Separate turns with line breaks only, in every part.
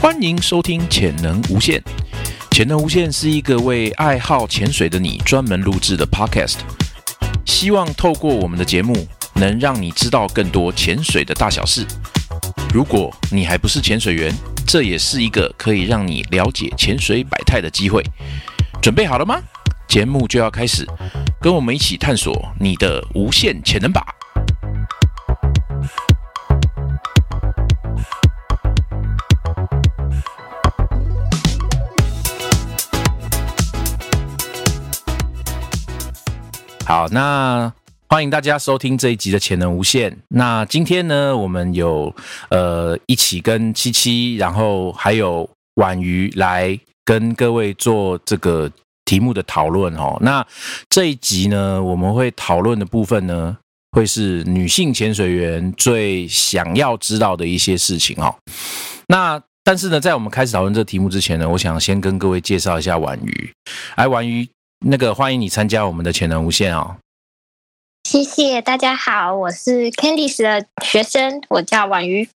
欢迎收听《潜能无限》。《潜能无限》是一个为爱好潜水的你专门录制的 Podcast，希望透过我们的节目，能让你知道更多潜水的大小事。如果你还不是潜水员，这也是一个可以让你了解潜水百态的机会。准备好了吗？节目就要开始，跟我们一起探索你的无限潜能吧！好，那欢迎大家收听这一集的《潜能无限》。那今天呢，我们有呃一起跟七七，然后还有婉瑜来跟各位做这个题目的讨论哦。那这一集呢，我们会讨论的部分呢，会是女性潜水员最想要知道的一些事情哦。那但是呢，在我们开始讨论这个题目之前呢，我想先跟各位介绍一下婉瑜。哎，婉瑜，那个欢迎你参加我们的潜能无限哦。
谢谢大家好，我是 Candice 的学生，我叫婉瑜。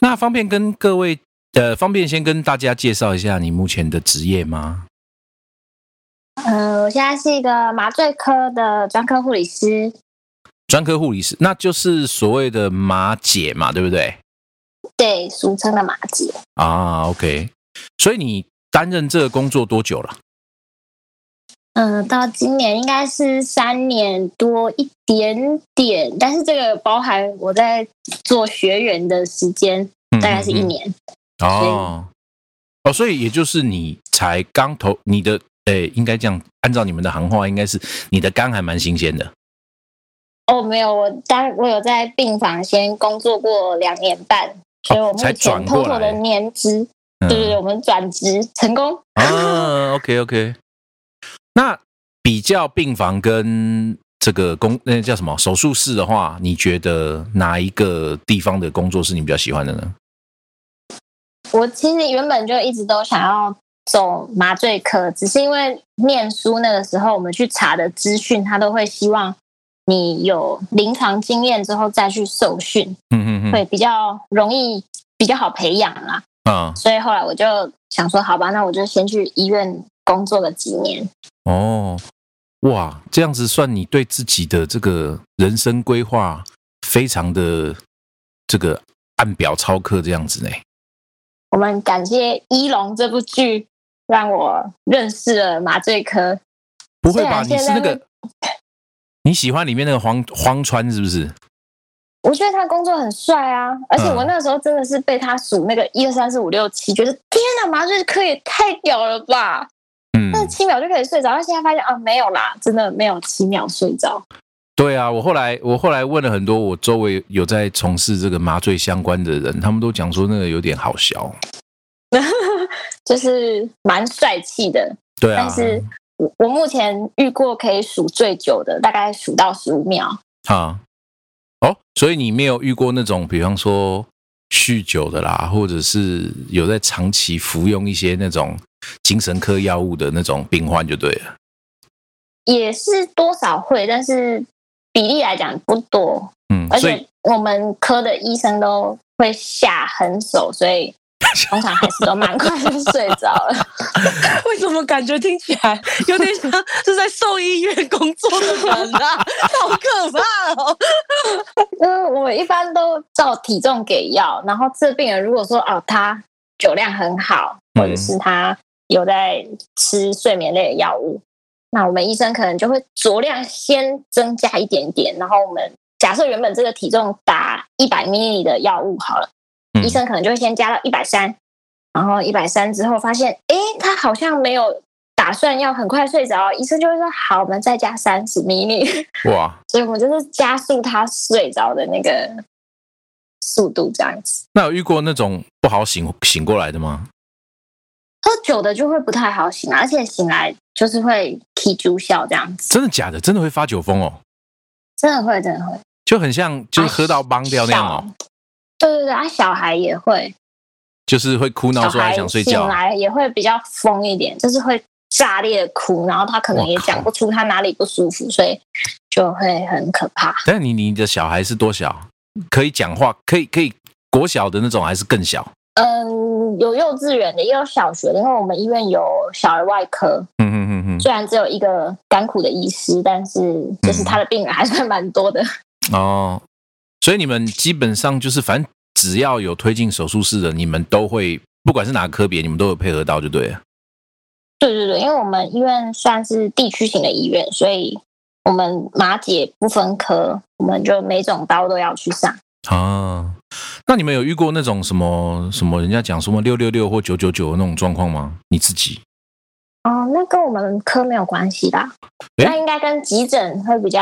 那方便跟各位呃，方便先跟大家介绍一下你目前的职业吗？
呃，我现在是一个麻醉科的专科护理师。
专科护理师，那就是所谓的马姐嘛，对不对？
对，俗称的麻姐，
啊，OK。所以你担任这个工作多久了？
嗯、到今年应该是三年多一点点，但是这个包含我在做学员的时间，
嗯
大概是
嗯
一
嗯
年。
哦哦，所以也就是你才刚投你的，诶、应该这样，按照你们的行话，应该是你的肝还蛮新鲜的。
哦，没有，我当我有在病房先工作过两年半，所以我目
才
前
转过
total 的
来
年资，
嗯、
对对对，我们转职成功。
啊，OK OK。那比较病房跟这个工那叫什么手术室的话，你觉得哪一个地方的工作是你比较喜欢的呢？
我其实原本就一直都想要走麻醉科，只是因为念书那个时候我们去查的资讯，他都会希望你有临床经验之后再去受训，
嗯嗯
会比较容易、比较好培养啦。
嗯啊
所以后来我就想说，好吧，那我就先去医院工作个几年。
哦哇，这样子算你对自己的这个人生规划非常的这个按表操课这样子呢。
我们感谢《一龙》这部剧，让我认识了麻醉科。
不会吧？
虽
你
然
是
现在
那个你喜欢里面那个荒荒川是不是？
我觉得他工作很帅啊，而且
嗯
我那时候真的是被他数那个一二三四五六七，觉得天哪，麻醉科也太屌了吧！
嗯，
那七秒就可以睡着，但现在发现啊，没有啦，真的没有七秒睡着。
对啊，我后来我后来问了很多我周围有在从事这个麻醉相关的人，他们都讲说那个有点好笑。
就是蛮帅气的，
对啊
但，是我我目前遇过可以数最久的，大概数到十五秒。
啊，哦，所以你没有遇过那种，比方说酗酒的啦，或者是有在长期服用一些那种精神科药物的那种病患就对了。
也是多少会，但是比例来讲不多，
嗯
而，
所以
且我们科的医生都会下狠手，所以通常还是都蛮快就睡着了。
为什么感觉听起来 有点像是在兽医院工作的人 啊？好可怕哦！
因为我一般都照体重给药，然后这病人如果说哦他酒量很好，
嗯
或者是他有在吃睡眠类的药物，那我们医生可能就会酌量先增加一点点，然后我们假设原本这个体重打一百 ml 的药物好了，
嗯
医生可能就会先加到一百三，然后一百三之后发现，诶，他好像没有。打算要很快睡着，医生就会说好，我们再加三十 ml。
哇，
所以我们就是加速他睡着的那个速度，这样子。
那有遇过那种不好醒醒过来的吗？
喝酒的就会不太好醒啊，而且醒来就是会啼猪笑这样子，
真的假的？真的会发酒疯哦，
真的会，真的会。
就很像就是喝到懵掉那样哦。
小对对对，啊，小孩也会，
就是会哭闹
小
说还
孩
想睡
醒
觉。啊
来也会比较疯一点，就是会炸裂的哭，然后他可能也
我靠
讲不出他哪里不舒服，所以就会很可怕。
但你你的小孩是多小？可以讲话，可以可以国小的那种，还是更小？
嗯，有幼稚园的，也有小学的，因为我们医院有小儿外科，
嗯嗯嗯
虽然只有一个甘苦的医师，但是就是他的病人还算蛮多的。
嗯，哦，所以你们基本上就是，反正只要有推进手术室的，你们都会，不管是哪个科别，你们都有配合到，就对了。
对对对，因为我们医院算是地区型的医院，所以我们马姐不分科，我们就每种刀都要去上。
啊，那你们有遇过那种什么什么人家讲什么六六六或九九九那种状况吗？你自己？
哦，那跟我们科没有关系啦，
诶
那应该跟急诊会比较，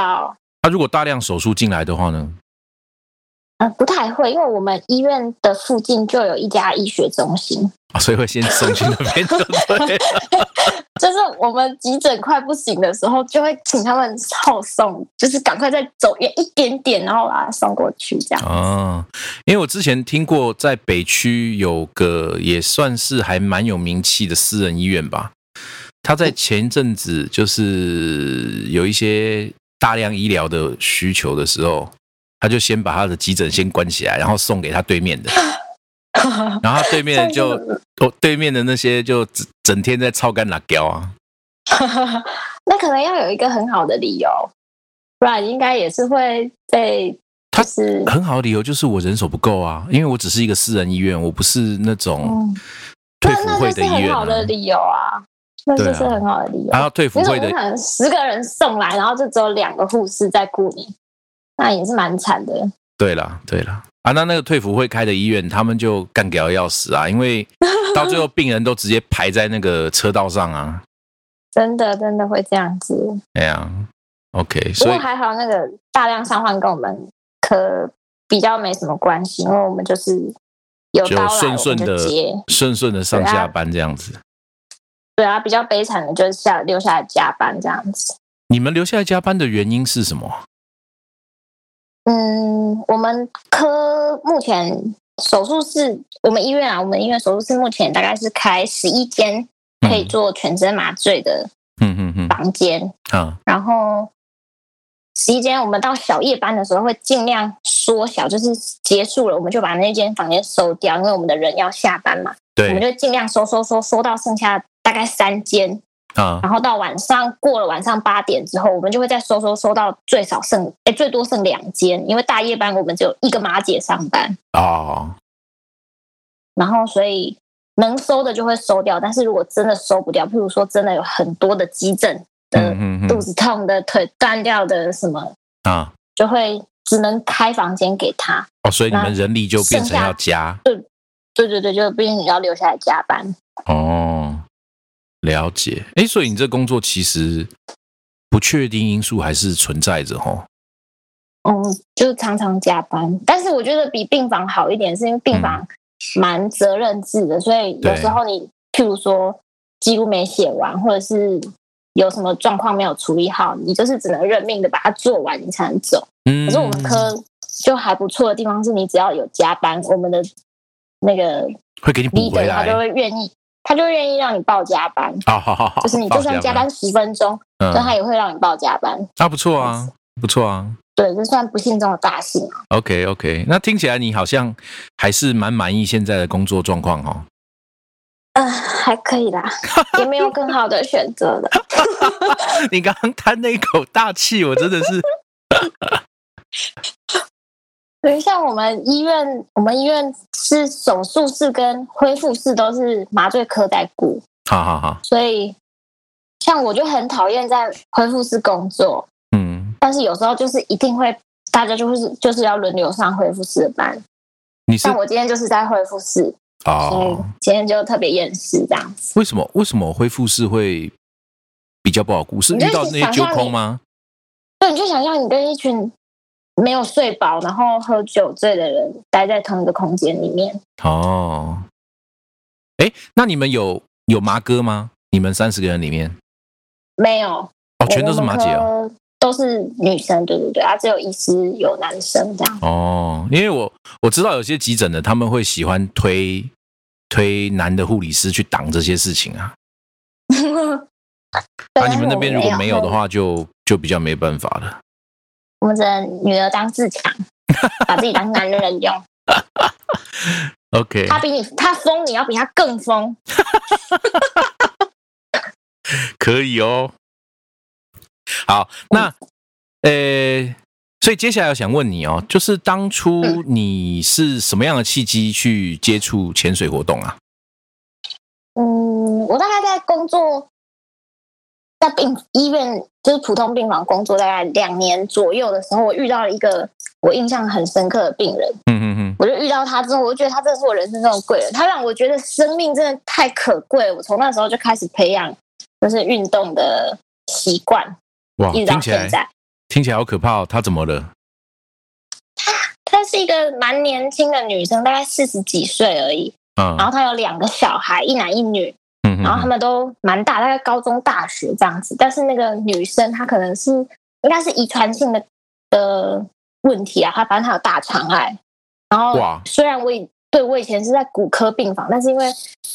他、啊如果大量手术进来的话呢？
呃，不太会，因为我们医院的附近就有一家医学中心，
啊所以会先送去那边，就对了。
就是我们急诊快不行的时候，就会请他们后送，就是赶快再走远一点点，然后把它送过去这样。
啊，因为我之前听过，在北区有个也算是还蛮有名气的私人医院吧，他在前阵子就是有一些大量医疗的需求的时候，他就先把他的急诊先关起来，然后送给他对面 的， 然后他对面的就哦，对面的那些就整整天在操干辣椒啊，
那可能要有一个很好的理由，不然应该也是会被
他
就是
很好的理由就是我人手不够啊，因为我只是一个私人医院，我不是那种
嗯，
退
那
辅
那
会
就是
的医
很
院、
好
啊。
的理由啊，那就
对啊
是很好的理由。
然后退辅
你怎
会
么
的
可能十个人送来，然后就只有两个护士在顾你？那也是蛮惨的。
对啦，对啦，啊，那那个退辅会开的医院，他们就干掉要死啊，因为到最后病人都直接排在那个车道上啊。
真的，真的会这样子。
哎呀，OK，
不
所
过
以
还好，那个大量伤患跟我们可比较没什么关系，因为我们就是有刀
就
来我
顺
们
顺
就
的
接。
顺顺的上下班这样子。
对啊，比较悲惨的就是下留下来加班这样子。
你们留下来加班的原因是什么？
嗯，我们科目前手术室，我们医院啊，我们医院手术室目前大概是开十一间可以做全身麻醉的
嗯嗯嗯
房间，
嗯啊，
然后十一间我们到小夜班的时候会尽量缩小，就是结束了我们就把那间房间收掉，因为我们的人要下班嘛，我们
对
就尽量收收收收到剩下大概三间，
啊，
然后到晚上过了晚上八点之后，我们就会再收收收到最少剩哎最多剩两间，因为大夜班我们只有一个马姐上班，
哦，
然后所以。能收的就会收掉，但是如果真的收不掉，譬如说真的有很多的急诊的
嗯嗯
呃肚子痛的、腿断掉的什么
嗯啊，
就会只能开房间给他。
哦，所以你们
那
人力就变成
剩下
要加
对对对，就毕竟你要留下来加班。
哦，了解。哎，所以你这工作其实不确定因素还是存在着吼。
嗯，就常常加班，但是我觉得比病房好一点，是因为
嗯
病房蛮责任制的，所以有时候你譬如说几乎没写完，或者是有什么状况没有处理好，你就是只能认命的把它做完，你才能走。
嗯，
可是我们科就还不错的地方是你只要有加班，我们的那个
会给你补回
leader 他
来
就。会愿意，他就会愿意让你报加班。
好好好好，
就是你就算加班十分钟，
嗯，
但他也会让你报加班。
那不错啊，不错啊。
对，这算不幸中的大幸啊。
OK OK，那听起来你好像还是蛮满意现在的工作状况哦。
嗯、还可以啦，也没有更好的选择了。
你刚刚叹那一口大气，我真的是
对，像我们医院，我们医院是手术室跟恢复室都是麻醉科在顾，
好好好，
所以像我就很讨厌在恢复室工作，
嗯，
但是有时候就是一定会，大家就是就是要轮流上恢复室的班。
你是
像我今嗯天就是在恢复室，所以
哦？
今天就特别厌世这样子。
为什么为什么恢复室会比较不好顾？是
你就
遇到
是
那些
想
纠
象
空
你
吗？
对，你就想象你跟一群没有睡饱，然后喝酒醉的人待在同一个空间里面。
哦，哎，那你们有有麻哥吗？你们三十个人里面，
没有，
哦，全都是麻姐哦。
我们科都是女生，对对对，啊，只有医师有男生这样。
哦，因为我我知道有些急诊的他们会喜欢推推男的护理师去挡这些事情 啊。
对
啊，你们那边如果没有的，
但是
话就，就比较没办法了。
我们我们只能女儿当自强，把自己当男人用。
OK，
他 比你他疯，你要比他更疯。
可以哦。好，
嗯
那呃，所以接下来我想问你哦，就是当初
嗯
你是什么样的契机去接触潜水活动啊？
嗯，我大概在工作在病医院，就是普通病房工作大概两年左右的时候，我遇到了一个我印象很深刻的病人。
嗯嗯嗯，
我就遇到他之后，我就觉得他真的是我人生中的贵人，他让我觉得生命真的太可贵了。我从那时候就开始培养就是运动的习惯，
哇，
一直
哦
到
听起
现
来
在。
听起来好可怕哦，他怎么了？
她是一个蛮年轻的女生，大概四十几岁而已。
嗯
然后她有两个小孩，一男一女，
嗯嗯
然后他
嗯
们都蛮大，大概高中、大学这样子。但是那个女生她可能是应该是遗传性的的问题啊，她反正她有大肠癌。然后
哇
虽然我以对我以前是在骨科病房，但是因为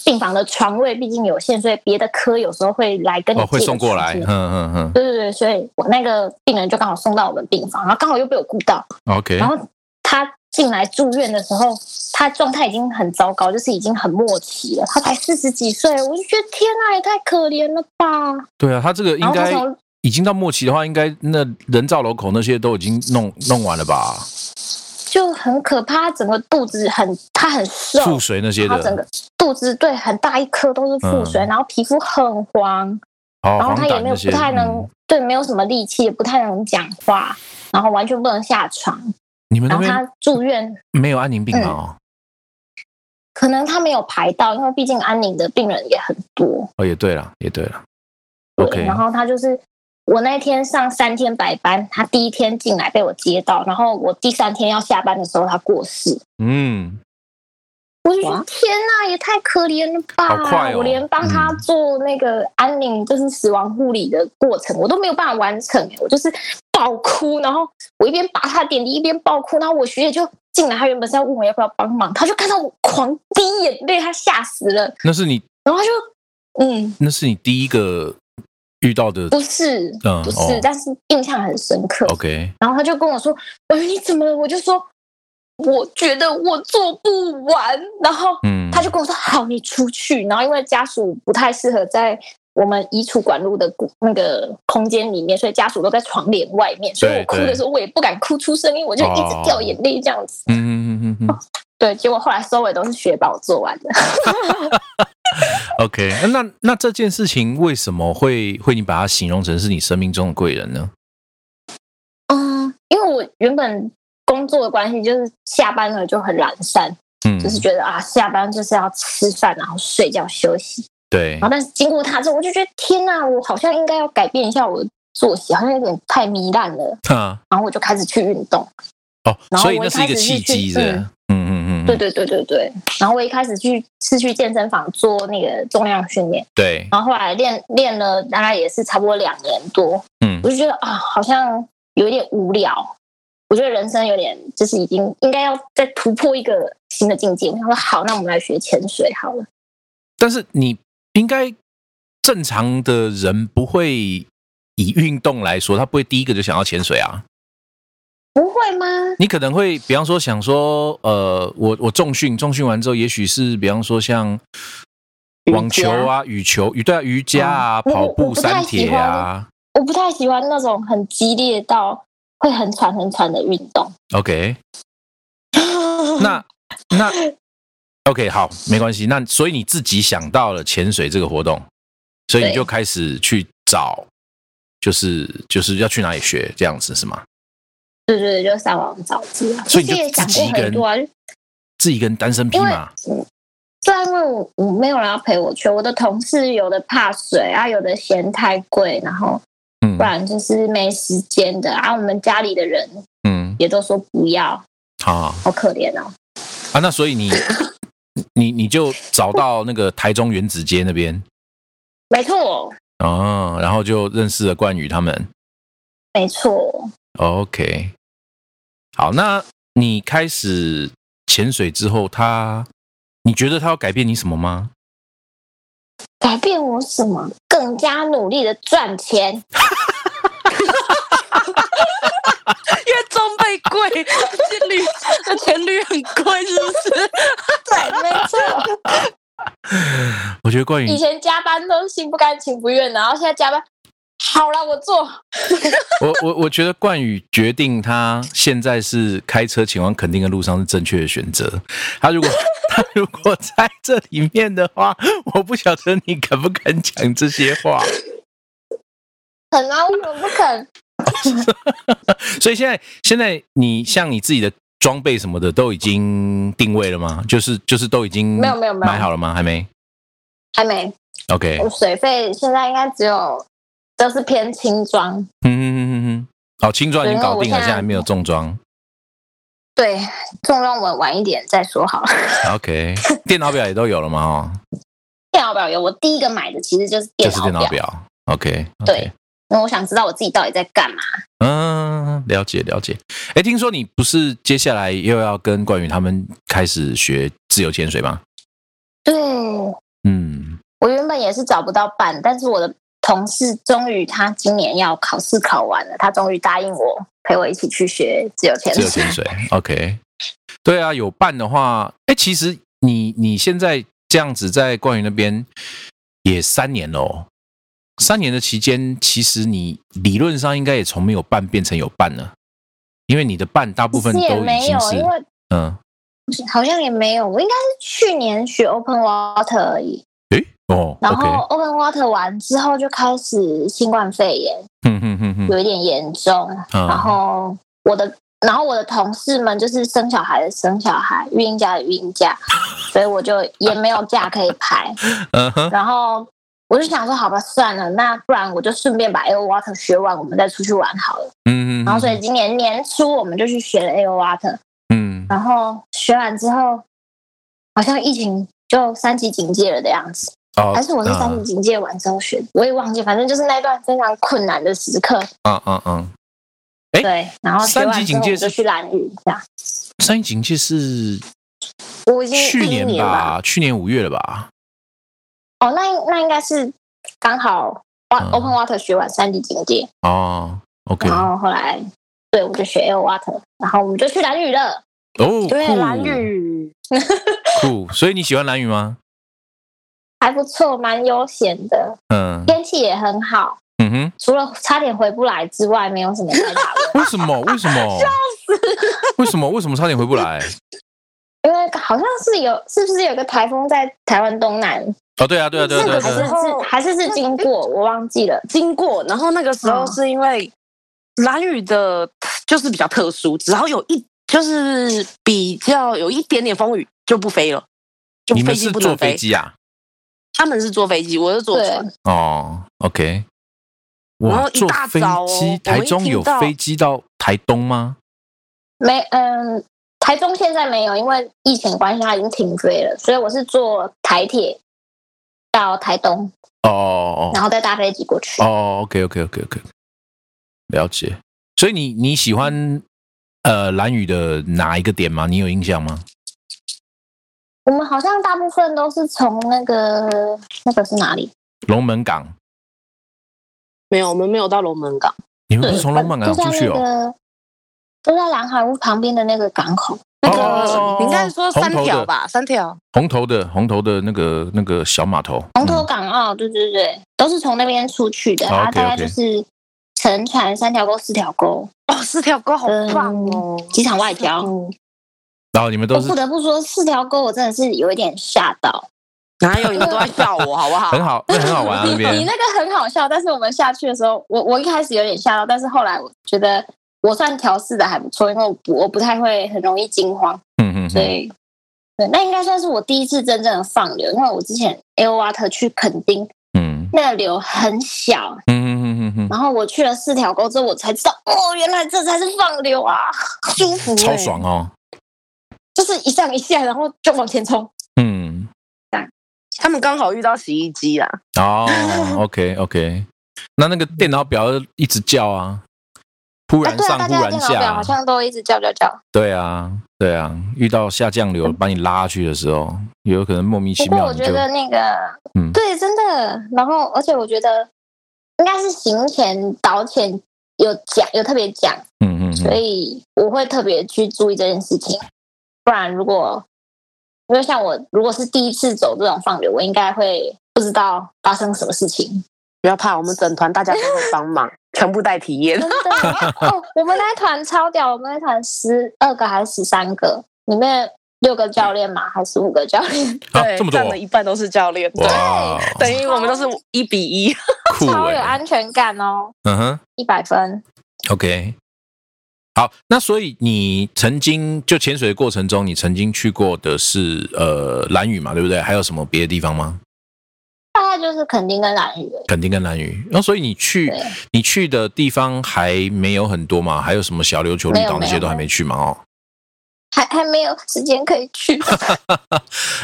病房的床位毕竟有限，所以别的科有时候会来跟你
哦，会
借
送过
床
来，
间
嗯嗯
对对对，所以我那个病人就刚好送到我们病房，然后刚好又被我顾到，
嗯，OK，
然后他进来住院的时候，他状态已经很糟糕，就是已经很末期了。他才四十几岁，我就觉得天啊，也太可怜了吧！
对啊，他这个应
然后他
该
从
已经到末期的话，应该那人造楼口那些都已经弄弄完了吧？
就很可怕，整个肚子很，他很瘦，
腹水那些
然后哦整
的，
个肚子对很大一颗都是腹水，
嗯
然后皮肤很黄，
哦，
然后
黄
他也
疸那
没有不
些，
太能、
嗯
对，没有什么力气，也不太能讲话，然后完全不能下床，
你们
然
那边
后他嗯住院
没有安宁病房哦？
可能他没有排到，因为毕竟安宁的病人也很多，
哦，也对了，也对了
对
，OK，
然后他就是我那天上三天白班，他第一天进来被我接到，然后我第三天要下班的时候他过世，
嗯，
我就觉得天呐，也太可怜了吧！
好快哦
我连帮他做那个安宁，就是死亡护理的过程，我都没有办法完成，我就是爆哭，然后我一边拔他点滴一边爆哭，然后我学姐就进来，她原本是要问我要不要帮忙，她就看到我狂滴眼泪，她吓死了，
那是你
然后她就嗯。
那是你第一个遇到的
不是，
嗯
不是，
哦
但是印象很深刻。
，OK，
然后他就跟我说：“呃，你怎么了？”我就说：“我觉得我做不完。”然后
嗯，
他就跟我说：“好，你出去。”然后因为家属不太适合在我们移除管路的骨那个空间里面，所以家属都在床帘外面。所以我哭
对
的时候，我也不敢哭出声音，我就一直掉眼泪这样子。
嗯嗯嗯嗯嗯
对，结果后来收尾都是雪宝做完的。
，OK，那呃那那这件事情为什么会会你把它形容成是你生命中的贵人呢？
嗯， 因为我原本工作的关系，就是下班了就很懒散。
嗯，
就是觉得啊，下班就是要吃饭，然后睡觉休息。
对
然后，但是经过他之后，我就觉得天呐，我好像应该要改变一下我的作息，好像有点太糜烂了。
啊，
然后我就开始去运动，
哦，
然后
所以
我
那
一
是一个
开始是
契
去
机，是不是
嗯
嗯嗯嗯，
对对对对对。然后我一开始去是去健身房做那个重量训练，
对，
然后后来练练了大概也是差不多两年多，
嗯
我就觉得啊，好像有一点无聊。我觉得人生有点就是已经应该要再突破一个新的境界。我想说好，那我们来学潜水好了。
但是你应该正常的人不会以运动来说，他不会第一个就想要潜水啊。
不会吗？
你可能会，比方说想说，呃，我我重训，重训完之后，也许是比方说像
瑜伽
网球啊、羽球、羽对啊、瑜伽啊、
嗯
跑
我我
步、
不太
三
喜
铁
欢
啊。
我不太喜欢那种很激烈到会很喘很喘的运动。
OK，那 那 OK 好，没关系。那所以你自己想到了潜水这个活动，所以你
对
就开始去找，就是就是要去哪里学这样子是吗？
对对对，就上网找资料。
所
其
以你
实
就
也
自
想
己
过
一个
很
人
多啊，就，
自己一个人单身匹
因为
马。
虽然因为我我没有人要陪我去，我的同事有的怕水啊，有的嫌太贵，然后
嗯
不然就是没时间的啊。我们家里的人
嗯，
也都说不要，
好
好可怜哦。
啊，那所以 你你你就找到那个台中原子街那边
没错，
哦，然后就认识了冠宇他们。
没错，
OK，好，那你开始潜水之后，他你觉得他要改变你什么吗？
改变我什么？更加努力的赚钱。
原装备贵，钱率钱率很贵，是不是？
对，没错。
我觉得冠
以
宇，
前加班都心不甘情不愿，然后现在加班，好了，我做。
我我我觉得冠宇决定他现在是开车前往垦丁的路上是正确的选择。他 如果他如果在这里面的话，我不晓得你敢不敢讲这些话。
肯啊，为什么不肯？
所以现在现在你像你自己的装备什么的都已经定位了吗？就是就是都已经
没有没有没有
买好了吗？还没
还没，
？OK，
我水费现在应该只有都是偏轻装，
嗯嗯嗯嗯嗯，好，轻装已经搞定了，
对因为我现在
现在还没有重装。
对，重让我晚一点再说好了。
OK，电脑表也都有了嘛？哦，
电脑表有，我第一个买的其实就是
就
电
是
脑
电
表，
脑表。OK，,
对，因为我想知道我自己到底在干嘛。
嗯，了解了解。哎，听说你不是接下来又要跟冠宇他们开始学自由潜水吗？
对
嗯，
我原本也是找不到伴，但是我的同事终于他今年要考试考完了，他终于答应我陪我一起去学自由潜
自
水
由。潜 水。OK，对啊，有伴的话，哎，其实你你现在这样子在冠宇那边也三年了、哦，三年的期间，其实你理论上应该也从没有伴变成有伴了，因为你的伴大部分
其实也
都已
没有
经，是
因为
嗯，
好像也没有，我应该是去年学 Open Water 而已。
诶，哦
然后
，OK，
Open Water 完之后就开始新冠肺炎，
嗯哼哼哼，
有一点严重。
嗯
然后我的，然后我的同事们就是生小孩的生小孩，育婴假的育婴假，所以我就也没有假可以排。
嗯哼。
然后我就想说，好吧，算了，那不然我就顺便把 Air Water 学完，我们再出去玩好了。
嗯，
然后所以今年年初我们就去学了 Air Water，
嗯，
然后学完之后，好像疫情就三级警戒了的样子。
哦，
还是我是三级警戒完之后学的，我也忘记，反正就是那段非常困难的时刻。
嗯嗯嗯，诶
对，然后学完
三级警戒
之
是
后我就去蓝屿，这样。
三级警戒是
我已经
去
第一
年
年吧？
吧，去年五月了吧？
哦，那那应该是刚好
嗯
Open Water 学完三级警戒，
哦，OK，
然
哦，
后后来对我就学 Air Water，然后我们就去蓝屿了。对，蓝
哦酷
屿
酷，所以你喜欢蓝雨吗？
还不错，蛮悠闲的，
嗯
天气也很好，
嗯哼，
除了差点回不来之外，没有什么太大问题。
为什么？为什么？笑死！为什么？为什么差点回不来？
因为好像是有，是不是有个台风在台湾东南
哦，对啊，对啊，对啊，对啊，
还
对
是
啊，
是还是是经过，我忘记了。
经过，然后那个时候
嗯
是因为蓝雨的，就是比较特殊，只要有一就是比较有一点点风雨就不飞了，就
你
飞
们
机
是
不
坐
能
飞
飞。
机啊？
他们是坐飞机，我是坐船
对。
哦，OK，
然
哇，
后一
坐
大
飞
早哦我
机，
们
台
一
中
听
有
到
飞机到台东吗？
没，嗯，台中现在没有，因为疫情关系，它已经停飞了。所以我是坐台铁到台东，
哦哦哦
然后再搭飞机过去。
哦，OK，OK，OK，OK，了解。所以你你喜欢呃蓝雨的哪一个点吗？你有印象吗？
我们好像大部分都是从那个那个是哪里？
龙门港，
没有，我们没有到龙门港。
你们不是从龙门港
呃就在
出去
那
哦？
个都在蓝海屋旁边的那个港口。
那
哦哦哦哦
个
哦
你应该说三条吧，三条。
红头的红头的那个那个小码头，
红头港澳，对对对，都是从那边出去的。
哦
它
OK，OK
大概就是乘船三条沟、四条沟，
哦，四条沟好棒哦！
机场外交。
嗯
然后你们
我
都是
不得不说，四条沟我真的是有一点吓到。
哪有你们都在笑 我，好不好
很？好，那很好 玩啊那
你
边
那。个很好笑，但是我们下去的时候，我我一开始有点吓到，但是后来我觉得我算调试的还不错，因为我不我不太会很容易惊慌，
嗯嗯
所
嗯，
以、对，那应该算是我第一次真正的放流，因为我之前 Air Water 去垦丁，
嗯
那个流很小，
嗯嗯嗯嗯
然后我去了四条沟之后，我才知道哦，原来这才是放流啊，
舒服
嗯，
欸
超爽哦。
就是一上一下，然后就往前冲。
嗯，
他们刚好遇到洗衣机啦，
哦，OK OK，那那个电脑表一直叫啊，忽
啊，
然
对啊，
上
大
忽
家
然
的电脑表
下
好，像都一直叫叫叫。
对啊，对啊，遇到下降流把你拉下去的时候，有可能莫名
不
其
过
妙
我
你
觉
就
得那个，
嗯
对，真的。然后，而且我觉得应该是行前导潜有讲，有特别讲，
嗯嗯嗯
所以我会特别去注意这件事情。不然，如果因为像我，如果是第一次走这种放流，我应该会不知道发生什么事情。
不要怕，我们整团大家都会帮忙，全部带体验
真。的 哦，我们那一团超屌，我们那一团十二个还是十三个，里面六个教练嘛，还是五个教练，
啊
对，
这么多
占了一半都是教练，对，
哇，
等于我们都是一比一。
酷
超有
哎、
安全感哦，
嗯哼
一百分。
，OK。好，那所以你曾经就潜水的过程中，你曾经去过的是呃蓝屿嘛，对不对？还有什么别的地方吗？
大概就是肯定跟蓝宇，
肯定跟蓝屿。那、所以你去
对
你去的地方还没有很多嘛？还有什么小琉球绿
没
岛
有
那些都
没有
还没去嘛？哦，
还还没有时间可以 去。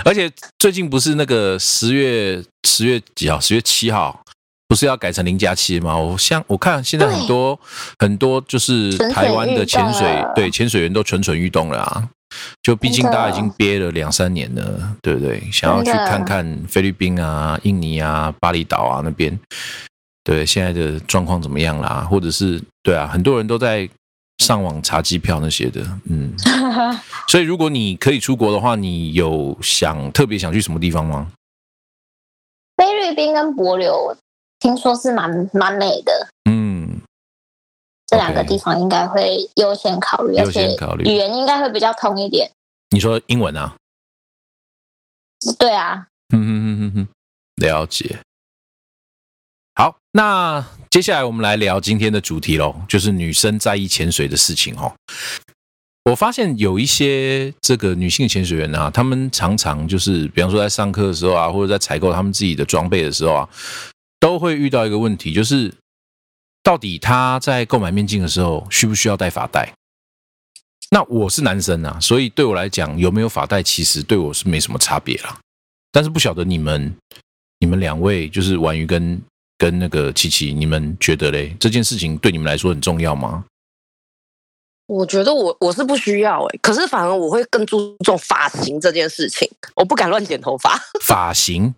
而且最近不是那个十月十月几号？十月七号不是要改成零加七吗？我像我看现在很多很多就是
蠢蠢
台湾的潜水
欲动了
对潜水员都蠢蠢欲动了啊！就毕竟
真
大
的
家已经憋了两三年了，对不对？想要去
真的
看看菲律宾啊、印尼啊、巴厘岛啊那边，对现在的状况怎么样啦？或者是对啊，很多人都在上网查机票那些的，嗯。所以如果你可以出国的话，你有想特别想去什么地方吗？
菲律宾跟帛琉听说是蛮蛮美的，
嗯，
这两个地方应该会优先考虑，
优
而
先
且
考虑
语言应该会比较通一点。
你说英文啊？
对啊，
嗯哼哼哼哼，了解。好，那接下来我们来聊今天的主题喽，就是女生在意潜水的事情哦。我发现有一些这个女性潜水员啊，她们常常就是，比方说在上课的时候啊，或者在采购她们自己的装备的时候啊，都会遇到一个问题，就是到底她在购买面镜的时候需不需要戴发带？那我是男生啊，所以对我来讲，有没有发带其实对我是没什么差别啦。但是不晓得你们你们两位就是婉瑜跟跟那个琪琪，你们觉得嘞这件事情对你们来说很重要 吗？
我觉得我我是不需要哎、可是反而我会更注重发型这件事情，我不敢乱剪头发。
发型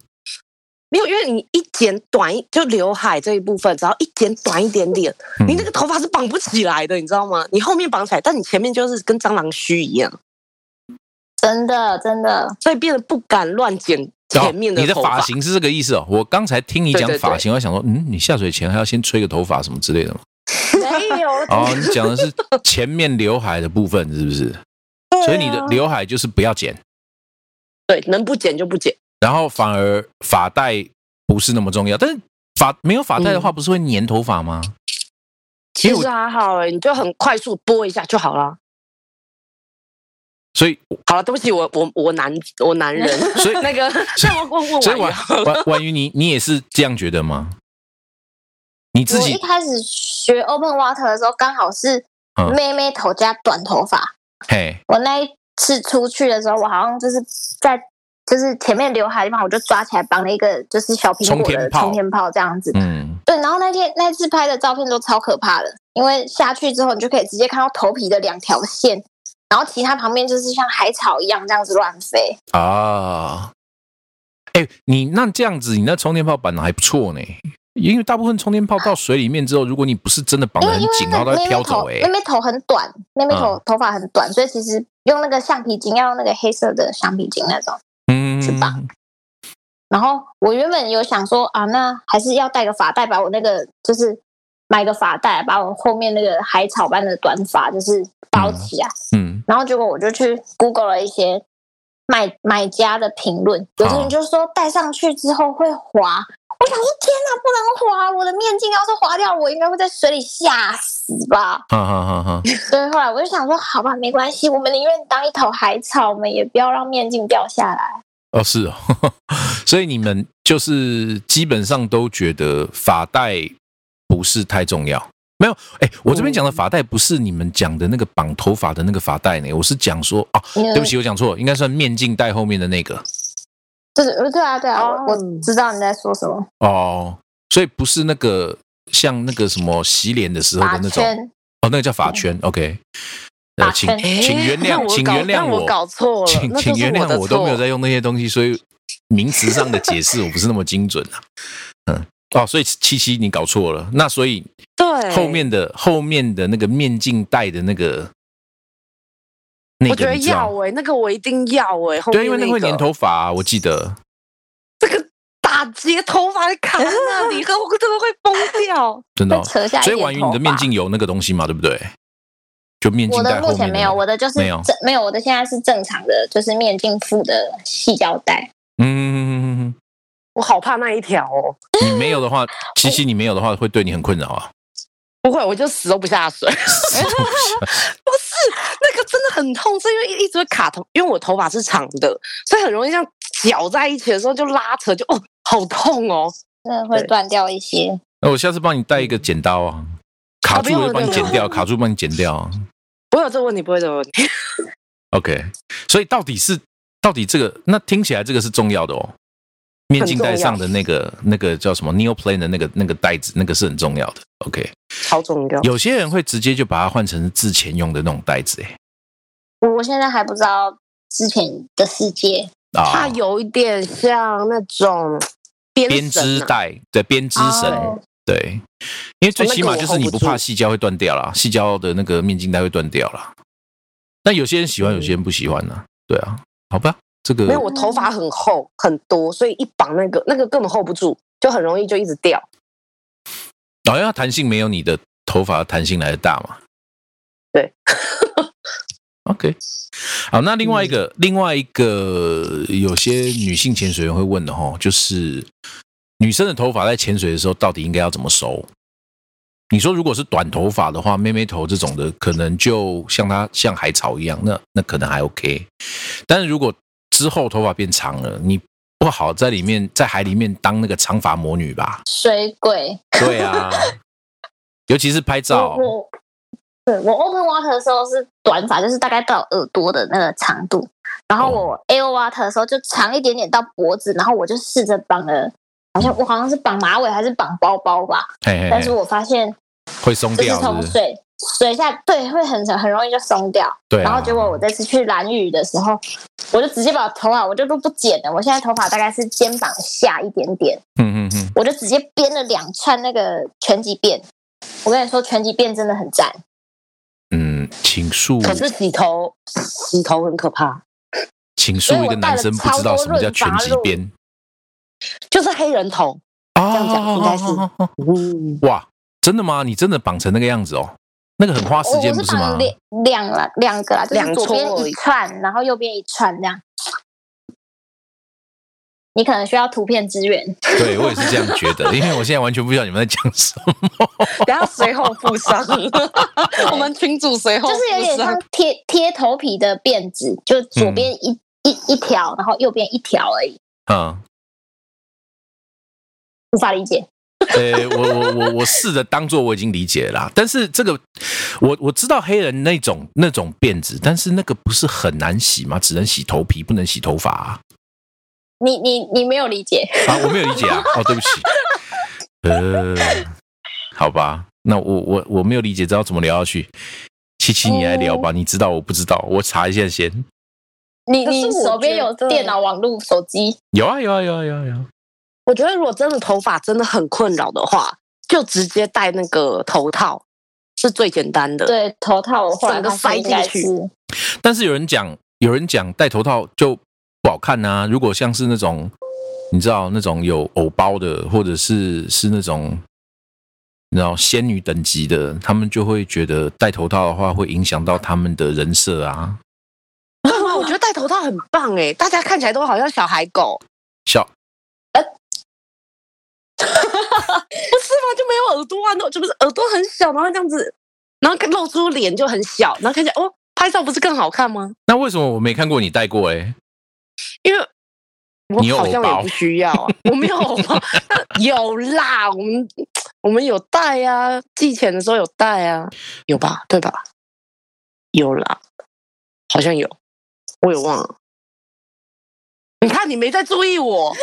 没有，因为你一剪短一就刘海这一部分，只要一剪短一点点，
嗯
你那个头发是绑不起来的，你知道吗？你后面绑起来，但你前面就是跟蟑螂须一样，
真的真 的，
所以变得不敢乱剪前面
哦你的
头发。
发型是这个意思哦。我刚才听你讲
对对对
发型，我还想说，嗯，你下水前还要先吹个头发什么之类的吗？
没有
哦，你讲的是前面刘海的部分是不 是？
啊
所以你的刘海就是不要剪，
对，能不剪就不剪。
然后反而发带不是那么重要，但是发没有发带的
嗯
话，不是会粘头发吗？
其
因为我
实还好哎、你就很快速拨一下就好了。
所以
好了，对不起，我我我男我 男人，
所 以
那个，那我问问
所以婉
婉瑜
婉婉瑜，你你也是这样觉得吗？你 自
我
己
一开始学 Open Water 的时候，刚好是
嗯
妹妹头加短头发。
嘿，
我那一次出去的时候，我好像就是在就是前面刘海地方，我就抓起来绑了一个就是小苹
冲
果
天
的
炮
冲天炮这样子。
嗯，
对，然后那天那次拍的照片都超可怕的，因为下去之后你就可以直接看到头皮的两条线，然后其他旁边就是像海草一样这样子乱飞。
啊，哎、你那这样子，你那充电炮绑的还不错呢。因为大部分充电炮到水里面之后，如果你不是真的绑
因
得
为
很
因为
紧，然
那
后
个
它会
妹
飘
妹头
走、嗯
妹
哎，
妹头很短，妹妹头、头发很短，所以其实用那个橡皮筋要用那个黑色的橡皮筋那种。
嗯，
是吧然后我原本有想说啊，那还是要戴个发带，把我那个就是买个发带，把我后面那个海草般的短发就是包起来。
嗯，。
然后结果我就去 Google 了一些买买家的评论，有的人就说戴上去之后会滑。我想说，天哪，不能滑！我的面镜要是滑掉，我应该会在水里吓死吧
哈哈哈哈，
对，后来我就想说，好吧，没关系，我们宁愿当一头海草，我们也不要让面镜掉下来。
哦是哦， 所以你们就是基本上都觉得发带不是太重要。没有，哎、我这边
嗯
讲的发带不是你们讲的那个绑头发的那个发带呢，我是讲说哦，
对
对
嗯
不，起，我讲错，了，应该算面镜戴后面的那个
就是呃对啊，对啊，我我
哦
知道你在说什么。
哦，所以不是那个像那个什么洗脸的时候
发
的那种
圈，
哦，那个叫发圈。OK，呃，
发
请
圈
请原
那
谅，
我
请
搞
原谅
那我搞错了
请
那
请
就是
原
我的
谅我都没有
错
在用那些东西，所以名词上的解释我不是那么精准啊。嗯，哦，所以七七你搞错了，那所以
对，对，
后面的后面的那个面镜戴的那个，那个
我觉得
你知道
要哎、那个我一定要哎、后
对，
面
因为
那
那
个
会粘头发啊、我记得。
打结头发在卡在 那里，可我真的会疯掉。
真的、哦
会。扯下一
所以
点
婉瑜，你的
头
面
发
镜有那个东西嘛？对不对？就面镜
我
戴
的
后
目
面
前
的
没有，
那个
我的就是
没有
正没有，我的现在是正常的，就是面镜附的细胶带。
嗯，
我好怕那一条哦，
你没有的话，琪琪你没有的话，会对你很困扰啊。
不会，我就死都不下水。 不是那个真的很痛，是因为一一直会卡头，因为我头发是长的，所以很容易这样绞在一起的时候就拉扯，就哦好痛哦。
真的会
对
断掉一些。
那我下次帮你带一
嗯
个剪刀啊，卡
哦
住我就帮你剪掉，卡住帮你剪掉啊。
不会有这个问题，不会有这个问题。
OK，所以到底是到底这个，那听起来这个是重要的哦。面镜戴上的那个那个叫什么 neoprene 的那个那个带子，那个是很重要的。OK，
超重要。
有些人会直接就把它换成之前用的那种带子，哎
我我现在还不知道之前的世界，
啊
它，有一点像那种
编
编
织
绳啊
带对编织绳
哦，
对，因为最起码就是你不
哦那个我 hold 不
怕
住
细胶会断掉啦，细胶的那个面镜带会断掉啦。但有些人喜欢，有些人不喜欢呢、对啊，好吧，这个
没有，我头发很厚很多，所以一绑那个那个根本 hold 不住，就很容易就一直掉。
好像弹性没有你的头发弹性来的大嘛。
对
，OK，好，那另外一个、另外一个有些女性潜水员会问的哈，就是女生的头发在潜水的时候到底应该要怎么收？你说如果是短头发的话，妹妹头这种的，可能就像她像海草一样，那那可能还 OK。但是如果之后头发变长了，你不好在里面在海里面当那个长发魔女吧？
水鬼。
对啊，尤其是拍照
我，我对我 open water 的时候是短发，就是大概到耳朵的那个长度，然后
哦
我 air water 的时候就长一点点到脖子，然后我就试着绑了，好像我好像是绑马尾还是绑包包吧，
嘿嘿
但是
嘿，
我发现
会哎松
就是
掉，是
从
不是？
水水下对会很很容易就松掉。
对啊。
然后结果我这次去蓝雨的时候，我就直接把头发我就都不剪了，我现在头发大概是肩膀下一点点，
嗯嗯嗯，
我就直接编了两串那个拳击辫。我跟你说，拳击辫真的很赞，
啊嗯，请诉，
可是洗头洗头很可怕，
请诉一个男生不知道什么叫拳击鞭
就是黑人头。
啊
样讲应该是
哦哦哦
嗯，
哦哇，真的吗？你真的绑成那个样子哦？那个很花时
我
间，
我
不
是绑
吗
了？两两了两个啦，就是
两
左
撮
边
而
一
已
串，然后右边一串这样。你可能需要图片支援，
对我也是这样觉得，因为我现在完全不知道你们在讲什么。
然后随后 附上，我们群主随后
就是有
附
点
上
像。
啊
贴贴头皮的辫子，就左边一、一一条，然后右边一条而已，
嗯，
无法理解。
呃，我我我我试着当做我已经理解了啦，但是这个我我知道黑人那种那种辫子，但是那个不是很难洗吗？只能洗头皮，不能洗头发啊！
你你你没有理解，
啊我没有理解啊，哦，对不起，呃，好吧，那我我我没有理解，知道怎么聊下去。七七，你来聊吧，你知道我不知道，我查一下先。
你
可是
你
我
手边
觉
有
得
电脑、网络、手机，
有啊有啊有啊有啊有啊，
我觉得如果真的头发真的很困扰的话，就直接戴那个头套是最简单的。，
对头套我后来
整个
发现应
塞
该
进去
是
但是有人讲有人讲戴头套就不好看呐、如果像是那种你知道那种有偶包的，或者是是那种你知道仙女等级的，他们就会觉得戴头套的话会影响到他们的人设啊。
哇，我觉得戴头套很棒哎，大家看起来都好像小海狗，
小
不是吗？就没有耳朵啊，那就不是耳朵很小，然后这样子，然后露出脸就很小，然后看起来哦，拍照不是更好看吗？
那为什么我没看过你戴过、欸？哎，
因为我
你有
好像
偶包
也不需要啊，我没有偶包， 有啦，我们我们有带啊，寄钱的时候有带啊，有吧？对吧？有啦，好像有，我也忘了。你看，你没在注意我，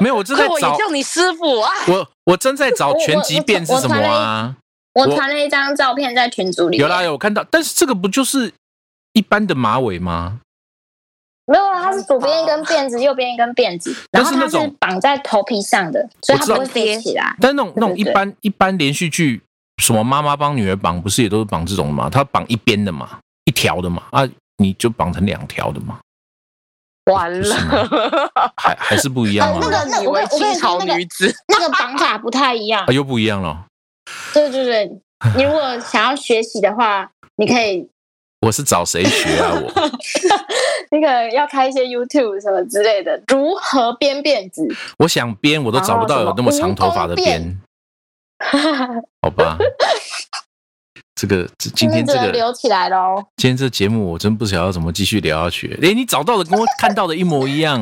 没有，我正在
怪 我也
找
叫你师傅啊！
我我正在找
我我
拳击
我
变是什么
我
啊？
我
我
传了一张照片在群组里面，
有啦有，我看到，但是这个不就是一般的马尾吗？
没有啊？它是左边一根辫子，右边一根辫子，
但
然
是
后它
那
是
种
绑在头皮上的，所
我
以它
知道
不会飞起来。
但那种那种
对对
一
对
般一般连续剧什么妈妈帮女儿绑，不是也都是绑这种的吗？她绑一边的嘛，一条的嘛，啊，你就绑成两条的嘛，
完
不是
了，
还还是不一样哦吗
呃？那个
你以为清朝女子？
那个绑法不太一样
啊，。又不一样了。
对对对，你如果想要学习的话，你可以
我是找谁学 啊？我
那个要开一些 YouTube 什么之类的，如何编辫子？
我想编我都找不到
哦
有那么长头发的
然后什
编，好吧？这个 这今天这
那只能
个
留起来喽。
今天这节目我真不晓得怎么继续聊下去。诶，你找到的跟我看到的一模一样。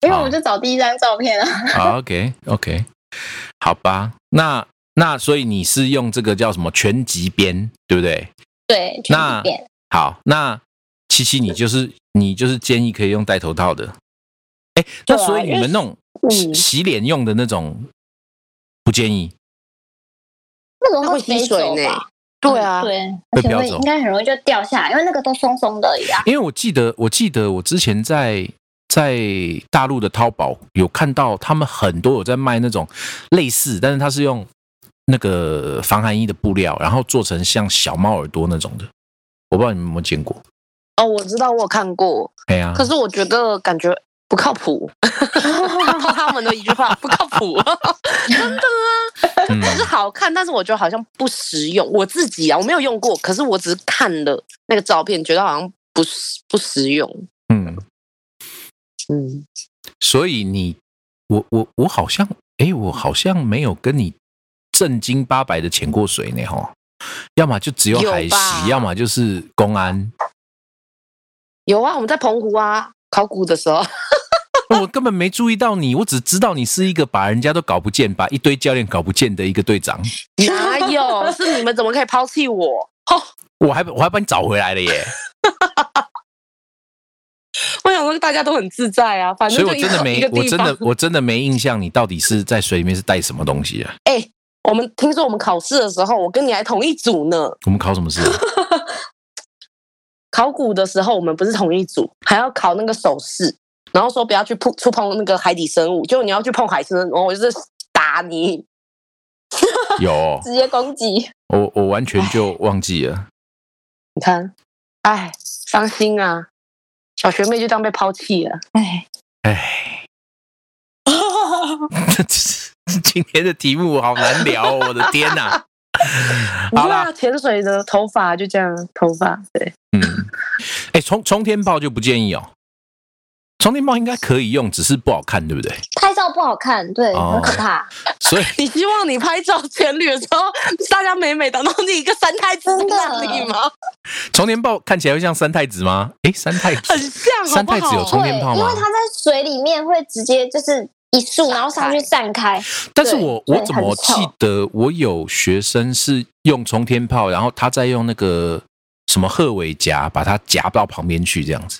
因为
好
我就找第一张照片啊，
好，OK OK，好吧。那那所以你是用这个叫什么全集编，对不对？
对，去
那
变。
好，那七七你就是你就是建议可以用戴头套的。哎，那
对啊
所以你
因为
们弄洗
嗯，
洗脸用的那种不建议。
那种
它
会
会吸水
飞走
呢
吧。
对啊
嗯，
会
对，而且
飘
会
走
应该很容易就掉下来，因为那个都松松的一 样。
因为我记得，我记得我之前在在大陆的淘宝有看到他们很多有在卖那种类似，但是它是用那个防寒衣的布料，然后做成像小猫耳朵那种的。我不知道你们有没有见过？
哦，我知道，我有看过，
哎呀、
可是我觉得感觉不靠谱。 套他们的一句话，不靠谱， 真的
嗯
只是好看，但是我觉得好像不实用。我自己啊，我没有用过，可是我只是看了那个照片，觉得好像不实不实用。
嗯，
嗯，
所以你，我我我好像，哎，我好像没有跟你正经八百的潜过水呢，哈。要么就只有
有
海
吧
西，要么就是公安。
有啊，我们在澎湖啊考古的时候，
我根本没注意到你，我只知道你是一个把人家都搞不见，把一堆教练搞不见的一个队长。
哪有？是你们怎么可以抛弃我？哦，
我还我还把你找回来了耶，
我想说大家都很自在啊，反
所以
正
我
就一
真
个
的
一
没
个
我
地
真
方
的。我真的没印象，你到底是在水里面是带什么东西啊？
哎、我们听说我们考试的时候，我跟你还同一组呢。
我们考什么试啊？
考古的时候，我们不是同一组，还要考那个手势，然后说不要去碰触碰那个海底生物，就你要去碰海生，然后我就是打你。
有哦、
直接攻击，
我我完全就忘记了。
你看，哎，伤心啊！小学妹就这样被抛弃 了。
哎，
哎，今天的题目好难聊、哦，我的天哪、
不
好
会
啦
啊，潜水的头发就这样，头发对，
嗯，哎，冲冲天炮就不建议哦。冲天炮应该可以用，只是不好看，对不对？
拍照不好看，对，
哦
很可怕，
所以
你希望你拍照前旅的时候，大家美美的，然后你一个三太子在那里吗？
冲天炮看起来会像三太子吗？诶，三太
很
子，
像，好
三
不
太子有
好？
冲
对，
天炮吗
因为它在水里面会直接就是一束，然后上去散开，
但是我
对
我怎么记得我有学生是用冲天炮，然后他再用那个什么鹤尾夹把它夹到旁边去，这样子，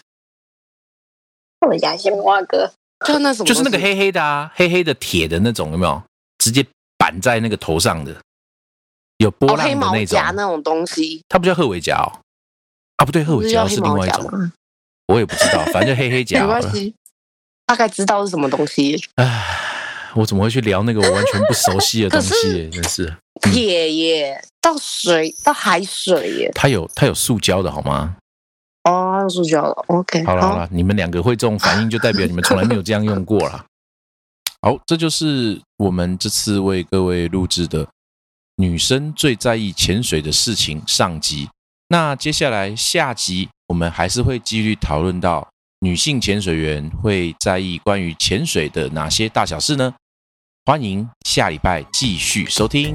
我家先瓜哥，
就那什么，
就是那个，黑黑的啊，黑黑的铁的那种，有没有？直接板在那个头上的，有波
哦，
浪
黑
的
毛
那种
夹，那种东西，
它不叫鹤尾夹哦，啊不对，鹤
不
尾
是
夹
叫
是
黑
另
毛
外一
夹
种，
吗？
我也不知道，反正就黑黑 夹
没
好
关
了。
系，大概知道是什么东西。
唉，我怎么会去聊那个我完全不熟悉的东
可是
西？真是，嗯
铁耶，到水到海水耶，
它有它有塑胶的好吗？
哦，塑胶了，OK，
好了好了，你们两个会这种反应，就代表你们从来没有这样用过啦。好，这就是我们这次为各位录制的女生最在意潜水的事情上集。那接下来下集我们还是会继续讨论到女性潜水员会在意关于潜水的哪些大小事呢？欢迎下礼拜继续收听，